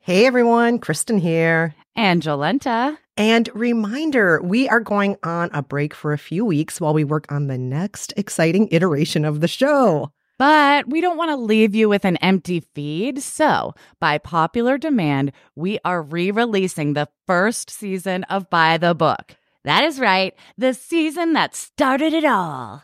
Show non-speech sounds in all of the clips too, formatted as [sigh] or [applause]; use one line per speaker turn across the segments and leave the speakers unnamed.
Hey everyone, Kristen here.
And Jolenta.
And reminder, we are going on a break for a few weeks while we work on the next exciting iteration of the show. [laughs]
But we don't want to leave you with an empty feed. So, by popular demand, we are re releasing the first season of By the Book. That is right, the season that started it all.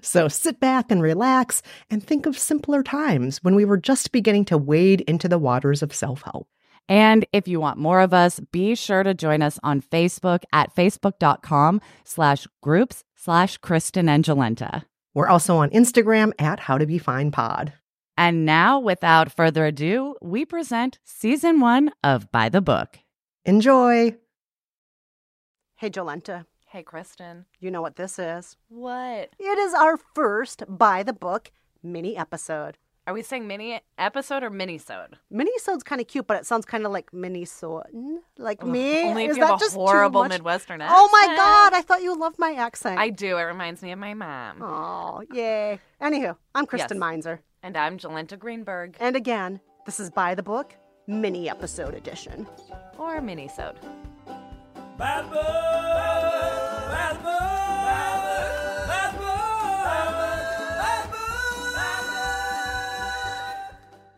so sit back and relax and think of simpler times when we were just beginning to wade into the waters of self help.
And if you want more of us, be sure to join us on Facebook at facebook.com slash groups slash Kristen and Jolenta.
We're also on Instagram at How to Be Fine Pod.
And now, without further ado, we present season one of By the Book.
Enjoy. Hey, Jolenta,
Hey, Kristen.
you know what this is?
What?
It is our first by the book mini episode.
Are we saying mini episode or minisode?
Mini sounds kind of cute, but it sounds kind of like mini Like
Ugh,
me?
Only if
is
you
that
have a
just too
horrible
much?
Midwestern accent.
Oh my God, I thought you loved my accent.
I do. It reminds me of my mom.
Oh, yay. Anywho, I'm Kristen
Yes.
Meinzer.
And I'm Jalenta Greenberg.
And again, this is By the Book, mini episode edition.
Or minisode.
Bad boy, bad boy, bad boy, bad boy, bad boy.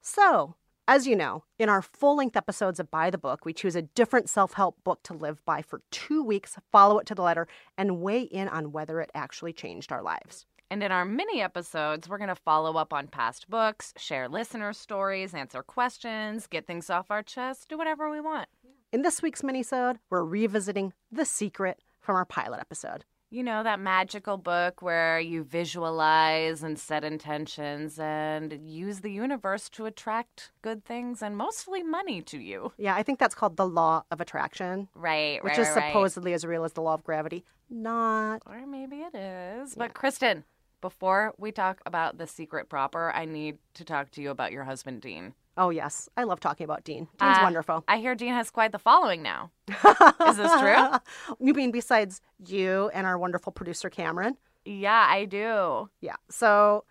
So, as you know, in our full length episodes of By the Book, we choose a different self help book to live by for two weeks, follow it to the letter, and weigh in on whether it actually changed our lives.
And in our mini episodes, we're going to follow up on past books, share listener stories, answer questions, get things off our chest, do whatever we want.
In this week's minisode, we're revisiting The Secret from our pilot episode.
You know, that magical book where you visualize and set intentions and use the universe to attract good things and mostly money to you.
Yeah, I think that's called The Law of Attraction,
Right,
which
right,
is
right, right.
supposedly as real as the law of gravity. Not
Or maybe it is. But Kristen, before we talk about the secret proper, I need to talk to you about your husband, Dean.
Oh, yes. I love talking about Dean. Dean's
Uh,
wonderful.
I hear Dean has quite the following now.
Is
this true?
[laughs] You mean besides you and our wonderful producer, Cameron?
Yeah, I do.
Yeah. So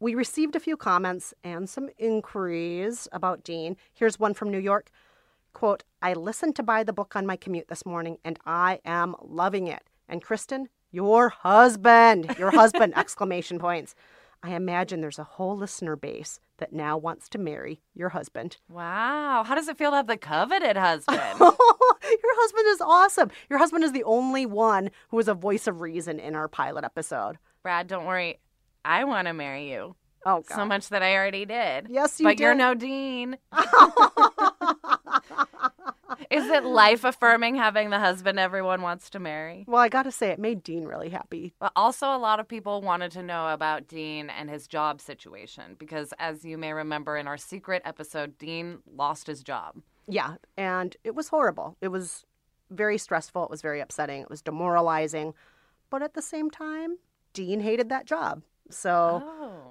we received a few comments and some inquiries about Dean. Here's one from New York. Quote, I listened to buy the book on my commute this morning and I am loving it. And Kristen, your husband, your
[laughs]
husband, exclamation points. I imagine there's a whole listener base that now wants to marry your
[laughs]
husband.
Wow. How does it feel to have the coveted
[laughs]
husband?
your husband is awesome. Your husband is the only one who was a voice of reason in our pilot episode.
Brad, don't worry. I want to marry you
Oh God.
so much that I already did.
Yes, you
But you're
did.
no Dean. Is it life affirming having the husband everyone wants to marry?
[laughs] well, I gotta say, it made Dean really happy.
But also, a lot of people wanted to know about Dean and his job situation because, as you may remember in our secret episode, Dean lost his job.
Yeah, and it was horrible. It was very stressful. It was very upsetting. It was demoralizing, but at the same time, Dean hated that job. So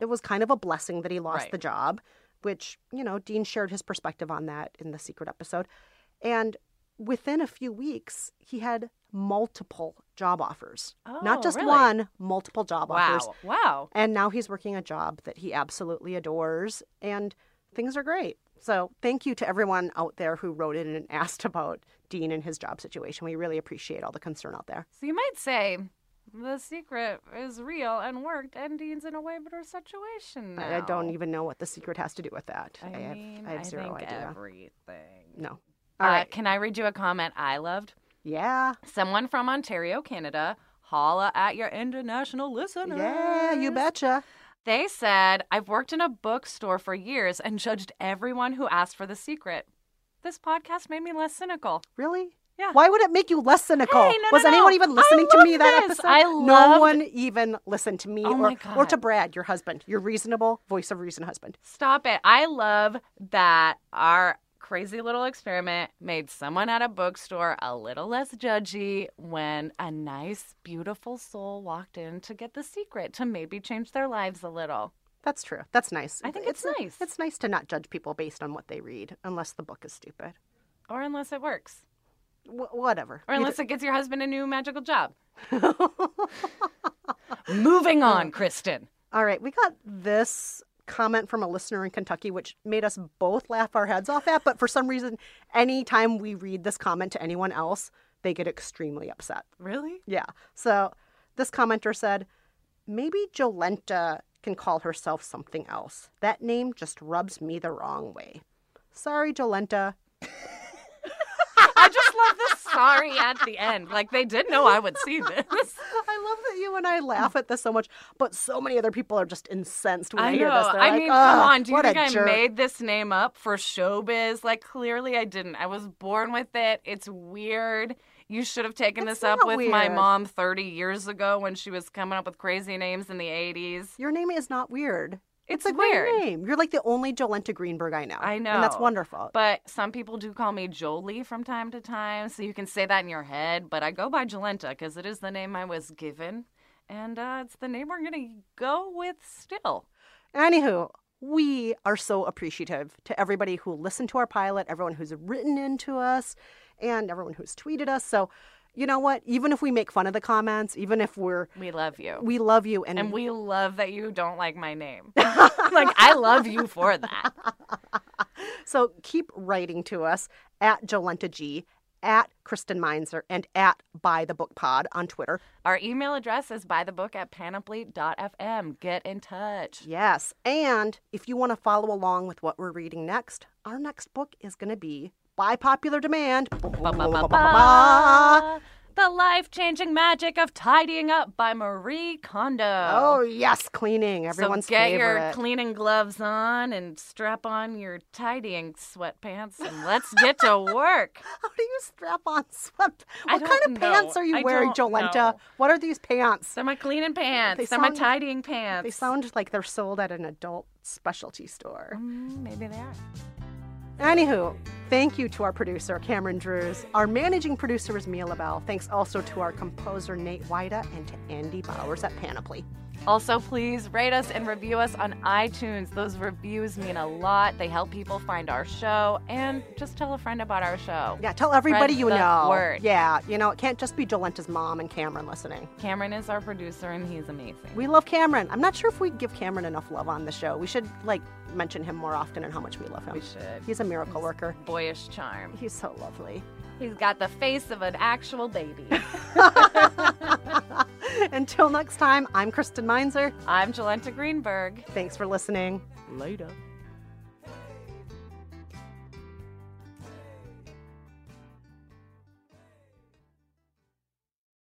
it was kind of a blessing that he lost
Oh. Right.
the job, which, you know, Dean shared his perspective on that in the secret episode. And within a few weeks, he had multiple job offers. Not
Oh,
just
really?
one, multiple job offers.
Wow. Wow.
And now he's working a job that he absolutely adores, and things are great. So, thank you to everyone out there who wrote in and [laughs] asked about Dean and his job situation. We really appreciate all the concern out there.
So you might say the secret is real and worked, and Dean's in a way better situation.
I- I don't
now.
even know what the secret has to do with that.
I,
have,
mean,
I have zero
think
idea.
everything.
No. All
Uh,
right.
Can I read you a comment I loved?
Yeah.
Someone from Ontario, Canada. Holla at your international listeners.
Yeah, you betcha.
They said, I've worked in a bookstore for years and judged everyone who asked for the secret. This podcast made me less cynical.
Really?
Yeah.
Why would it make you less cynical?
Hey, no,
Was
no, no.
anyone even
I
listening to
love
me that
this.
episode?
I
No
loved-
one even listened to me
Oh
or,
my
or to
God.
Brad, your husband, your reasonable voice of reason husband.
Stop it. I love that our crazy little experiment made someone at a bookstore a little less judgy when a nice, beautiful soul walked in to get the secret to maybe change their lives a little.
That's true. That's nice.
I think it's nice.
It's nice to not judge people based on what they read, unless the book is stupid.
Or unless it works.
Wh- whatever.
Or
You
unless it gets your husband a new magical job. Moving on, Kristen.
All right, we got this comment from a listener in Kentucky, which made us both laugh our heads off at. But for some reason, anytime we read this comment to anyone else, they get extremely upset.
Really?
Yeah. So this commenter said, maybe Jolenta can call herself something else. That name just rubs me the wrong way. Sorry, Jolenta.
I just love the sorry at the end. Like they did know I would see this.
[laughs] I love that you and I laugh at this so much, but so many other people are just incensed when
I
they hear
know.
this. They're
I
like,
mean,
"Ugh,
come on. Do you
what
think
a
I
jerk."
made this name up for showbiz? Like, clearly I didn't. I was born with it. It's weird. You should have taken
It's
this up
not
with my
weird.
mom 30 years ago when she was coming up with crazy names in the 80s.
Your name is not weird.
It's,
It's a great
weird.
name. You're like the only Jolenta Greenberg I know.
I
And that's
know.
wonderful.
But some people do call me Jolie from time to time, so you can say that in your head. But I go by Jolenta because it is the name I was given, and uh, it's the name we're gonna go with still.
Anywho, we are so appreciative to everybody who listened to our pilot, everyone who's written into us, and everyone who's tweeted us. So, you know what? Even if we make fun of the comments, even if we're,
We love you,
we love you and,
and we love that you don't like
[laughs]
my name. like I love you for that.
So keep writing to us at Jolenta G, at Kristen Meinzer, and at Buy the Book Pod on Twitter.
Our email address is buythebook at panoply.fm. Get in touch.
Yes. And if you want to follow along with what we're reading next, our next book is going to be by popular demand. Oh.
Ba-ba-ba-ba. The life changing magic of tidying up by Marie Kondo.
Oh, yes, cleaning. Everyone's
so get
favorite.
your cleaning gloves on and strap on your tidying sweatpants and let's get to work.
[laughs] How do you strap on sweat?
I
What kind
don't
of pants
know.
are you
I
wearing,
don't
Jolenta?
know.
What are these pants?
They're my cleaning pants.
They
They're my
sound-
tidying pants.
They sound like they're sold at an adult specialty store.
Mm, maybe they are.
Anywho, thank you to our producer, Cameron Drews. Our managing producer is Mia LaBelle. Thanks also to our composer, Nate Wida, and to Andy Bowers at Panoply.
Also, please rate us and review us on iTunes. Those reviews mean a lot. They help people find our show and just tell a friend about our show.
Yeah, tell everybody
Spread
you
the
know.
word.
Yeah, you know, it can't just be Jolenta's mom and Cameron listening.
Cameron is our producer and he's amazing.
We love Cameron. I'm not sure if we give Cameron enough love on the show. We should, like, mention him more often and how much we love him.
We should.
He's a miracle worker.
Boyish charm.
He's so lovely. [laughs]
He's got the face of an actual baby.
Until next time, I'm Kristen Meinzer.
I'm Jalenta Greenberg.
Thanks for listening.
Later.